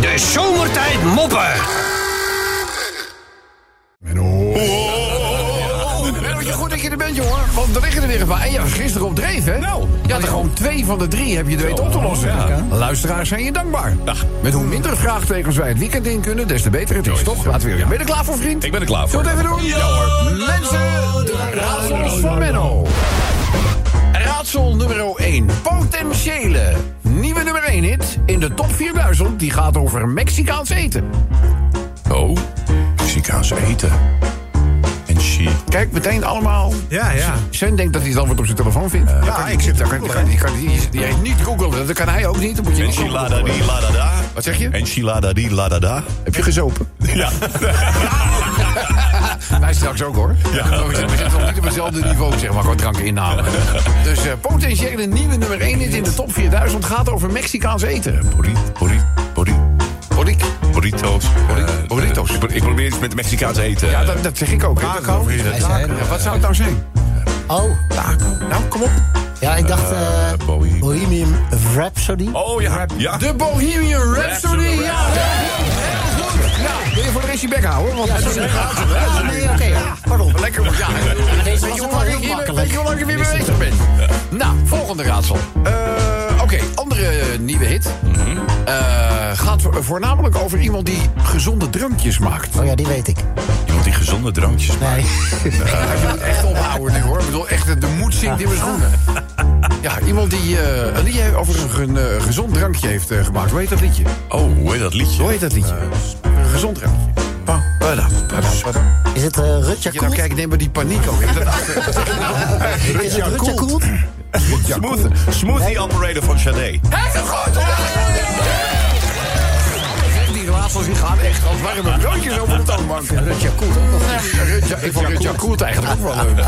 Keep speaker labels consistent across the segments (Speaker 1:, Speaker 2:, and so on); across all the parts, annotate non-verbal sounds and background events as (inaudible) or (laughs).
Speaker 1: De zomertijd moppen.
Speaker 2: Oh, Mennootje, goed dat oh. je er bent, jongen. Want er liggen er weer een paar. En je was gisteren op dreef, hè? Nou. Je had er gewoon twee van de drie, heb je er weten op te lossen. Luisteraars zijn je dankbaar. Met hoe minder vraagtekens wij het weekend in kunnen, des te beter het is, toch? Laten we weer. Ben je er klaar voor, vriend?
Speaker 3: Ik ben er klaar voor.
Speaker 2: Zullen we het even doen? Ja hoor. Mensen, de raadsels van Menno. Raadsel nummer 1. Potentiële. Nieuwe nummer 1 hit in de top 4000. Die gaat over Mexicaans eten.
Speaker 3: Oh, Mexicaans eten. En chi.
Speaker 2: Kijk, meteen allemaal.
Speaker 4: Ja, ja.
Speaker 2: Sven denkt dat hij het antwoord op zijn telefoon vindt. Ja,
Speaker 4: ik zit te
Speaker 2: daar kan, die kan, die kan, die, die heeft niet googelen. Dat kan hij ook niet. Dan moet je niet googlen.
Speaker 3: Enchilada di la da da.
Speaker 2: Wat zeg je?
Speaker 3: Enchilada di la da da.
Speaker 2: Heb je gezopen?
Speaker 3: Ja.
Speaker 2: (laughs) Wij straks ook hoor. Maar We zitten we zitten nog niet op hetzelfde niveau, zeg maar, qua drankinname. Dus eh, potentiële nieuwe nummer 1 in de top 4000 gaat over Mexicaans eten.
Speaker 3: Burrito, burrito, burrito.
Speaker 2: Hoor
Speaker 3: Burritos. eh,
Speaker 2: burritos.
Speaker 3: Ik, pro- ik probeer iets met Mexicaans eten.
Speaker 2: Ja, dat, dat zeg ik ook. hè. Dat-
Speaker 4: Taco.
Speaker 2: dat-
Speaker 4: Hij
Speaker 5: zei
Speaker 2: Ja, wat zou het nou zijn?
Speaker 5: Oh,
Speaker 2: Nou, kom op.
Speaker 5: ja, ik dacht eh
Speaker 3: Eh, Bowie.
Speaker 5: Bohemian Rhapsody.
Speaker 3: Oh ja. ja.
Speaker 2: De Bohemian Rhapsody.
Speaker 3: Rhapsody.
Speaker 2: Ja, heel goed. Ja, wil je voor de rest je bek houden? Want het is een raadsel, hè?
Speaker 5: Ah, nee, oké. ja. Pardon.
Speaker 2: Lekker, ja.
Speaker 5: Deze
Speaker 2: Weet
Speaker 5: was
Speaker 2: je
Speaker 5: ook
Speaker 2: hoe lang
Speaker 5: wel
Speaker 2: ik
Speaker 5: heel
Speaker 2: hier-
Speaker 5: makkelijk.
Speaker 2: weet je hoe lang ik weer mee bezig ben? Nou, volgende raadsel. Eh, Oké, andere eh, nieuwe hit. Eh, gaat vo- voornamelijk over iemand die gezonde drankjes maakt.
Speaker 5: Oh ja, die weet ik.
Speaker 3: (laughs) Iemand die gezonde drankjes maakt.
Speaker 5: Nee.
Speaker 2: Hij moet echt ophouden nu hoor. Ik bedoel, echt, de moed zinkt in mijn schoenen. Ja, iemand die eh, een liedje over een eh, gezond drankje heeft eh, gemaakt. Hoe heet dat liedje?
Speaker 3: Oh, hoe heet dat liedje?
Speaker 2: Hoe heet dat liedje? Een gezond drankje. Pa, pa, da, pa, da, pa, da.
Speaker 5: Is het eh Rutja
Speaker 2: Je nou
Speaker 5: Koelt?
Speaker 2: kijkt, neem maar die paniek ook. (laughs) Dat-
Speaker 5: Is het Rutja Koelt?
Speaker 3: Smooth, smoothie Operator van Sade.
Speaker 2: Zeg, Die raadsels die gaan echt als warme broodjes over de toonbank. Rutja Koert. Ik vond Rutja Koert eigenlijk ook wel leuk.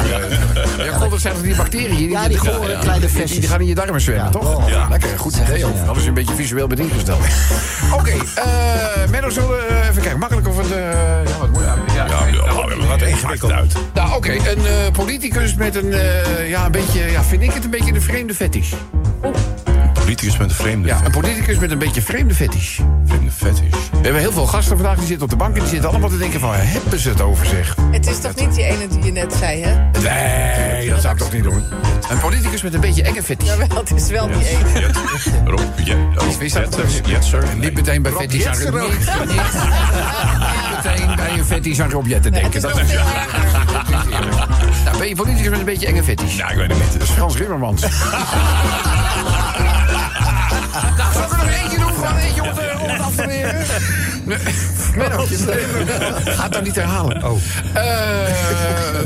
Speaker 2: Eh, Ja, Koert, dat zijn toch die bacteriën? Die,
Speaker 5: Ja, die gore kleine
Speaker 2: die-
Speaker 5: flesjes.
Speaker 2: Die gaan in je darmen zwemmen, toch?
Speaker 3: Ja.
Speaker 2: Lekker, goed idee ook. Hadden ze een beetje visueel bent ingesteld. Oké, eh Menno, zullen we eh, even kijken. Makkelijk of het... eh, ja, wat moet je ja.
Speaker 3: Ja, ja, wat ingewikkeld uit.
Speaker 2: Nou, oké. Een eh, politicus met een... eh, ja, een beetje... Ja, vind ik het een beetje een vreemde fetish.
Speaker 3: Politicus met een vreemde,
Speaker 2: Ja, een politicus met een beetje vreemde fetish.
Speaker 3: vreemde fetish.
Speaker 2: We hebben heel veel gasten vandaag die zitten op de bank en die zitten allemaal te denken van, hebben ze het over zich?
Speaker 6: Het is toch niet die ene die je net zei, hè? (laughs)
Speaker 2: Nee, dat zou ik toch niet doen. Een politicus met een beetje enge fetish.
Speaker 6: Jawel, het is wel die ene.
Speaker 3: Jet, Rob, Jet, Rob,
Speaker 2: Wie staat er?
Speaker 3: Jetters, Jetser.
Speaker 2: Niet meteen bij fetish aan
Speaker 4: Jetsen
Speaker 2: Rob
Speaker 4: ook.
Speaker 2: Niet- niet- niet meteen bij een fetish aan Rob Jetten
Speaker 6: Het
Speaker 2: denken.
Speaker 6: is
Speaker 2: Dat
Speaker 6: nog
Speaker 2: is
Speaker 6: veel erger.
Speaker 2: nou, ben je politicus met een beetje enge fetish?
Speaker 3: Ja, ik weet het niet. Dus
Speaker 2: Frans (laughs) Rimmermans. nou, zal ik er nog eentje doen? Gewoon eentje om het, om het af te leren. Nee, Menno, ga het nou niet herhalen. Oh.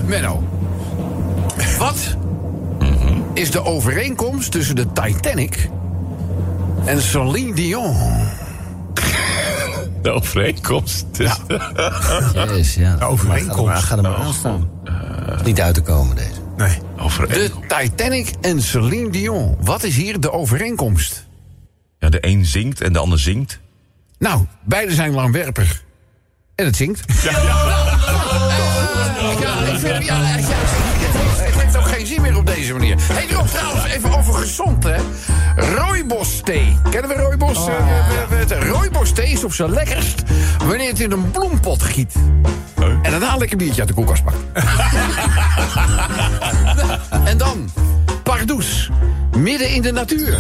Speaker 2: Menno. Wat is de overeenkomst tussen de Titanic en Celine Dion?
Speaker 3: de overeenkomst. (laughs) Dus,
Speaker 5: Jezus, ja. Eh,
Speaker 4: Overeenkomst.
Speaker 5: Ga er maar aan staan. Niet uit te komen, deze.
Speaker 4: Nee.
Speaker 2: De
Speaker 3: overeenkomst.
Speaker 2: Titanic en Celine Dion. Wat is hier de overeenkomst?
Speaker 3: Ja, de een zingt en de ander zingt.
Speaker 2: Nou, beide zijn langwerpig. En het zingt. Ja, ik vind- ja, ja, ja, Het heeft ook geen zin meer op deze manier. Hé, hey, Rob, trouwens, even over gezond, hè. Rooibos-thee. Kennen we rooibos? Eh, we- we- het- Rooibos-thee is op zijn lekkerst wanneer het in een bloempot giet. En daarna een lekker biertje uit de koelkast pakken. (laughs) en dan, pardoes, midden in de natuur.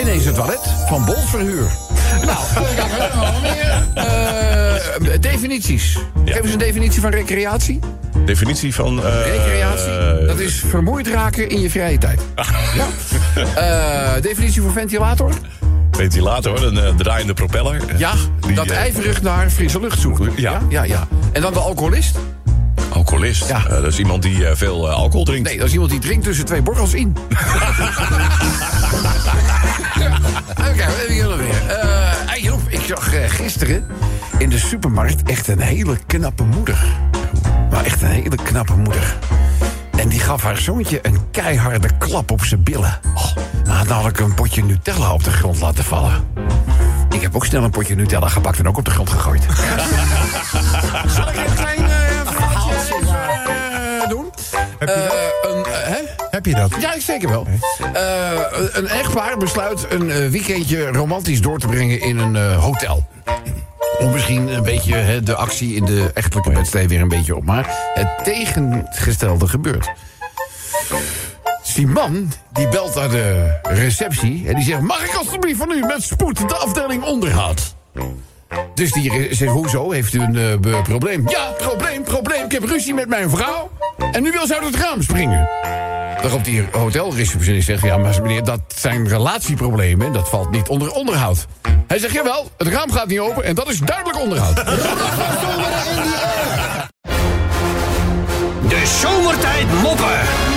Speaker 2: Ineens het toilet van bolverhuur. Nou, (laughs) ik had er nog meer. Eh, definities. Geef eens een definitie van recreatie.
Speaker 3: Definitie van... eh,
Speaker 2: Recreatie, dat is vermoeid raken in je vrije tijd.
Speaker 3: (laughs)
Speaker 2: Ja. Eh, definitie voor ventilator.
Speaker 3: Ventilator, een eh, draaiende propeller.
Speaker 2: Ja,
Speaker 3: Die,
Speaker 2: dat
Speaker 3: eh,
Speaker 2: ijverig naar frisse lucht zoekt.
Speaker 3: Ja.
Speaker 2: ja, ja. En dan de alcoholist.
Speaker 3: Alcoholist.
Speaker 2: Ja.
Speaker 3: Eh, dat is iemand die eh, veel eh, alcohol drinkt.
Speaker 2: Nee, dat is iemand die drinkt tussen twee borrels
Speaker 3: (laughs)
Speaker 2: in. Ja, Oké, we hebben hier nog weer. Eh, hey Job, ik zag eh, gisteren in de supermarkt echt een hele knappe moeder. Maar echt een hele knappe moeder. En die gaf haar zoontje een keiharde klap op zijn billen. Oh, nou had ik een potje Nutella op de grond laten vallen. Ik heb ook snel een potje Nutella gepakt en ook op de grond gegooid. (laughs) Zal ik een klein eh, verhaaltje even, eh, doen? Eh, een, eh, hè?
Speaker 4: Heb
Speaker 1: begrijp je dat?
Speaker 2: Ja, zeker wel. Eh, een echtpaar besluit een eh, weekendje romantisch door te brengen in een eh, hotel. Om misschien een beetje hè, de actie in de echtelijke wedstrijd weer een beetje op. Maar het tegengestelde gebeurt. Die man die belt naar de receptie en die zegt... mag ik alstublieft van u met spoed de afdeling onderhoud? Dus die re- zegt, hoezo, heeft u een eh, be- probleem? Ja, probleem, probleem, ik heb ruzie met mijn vrouw... en nu wil ze uit het raam springen. Waarop die hotelreceptionist zegt... ja, maar meneer, dat zijn relatieproblemen. en Dat valt niet onder onderhoud. Hij zegt, jawel, het raam gaat niet open... en dat is duidelijk onderhoud.
Speaker 4: De zomertijd moppen.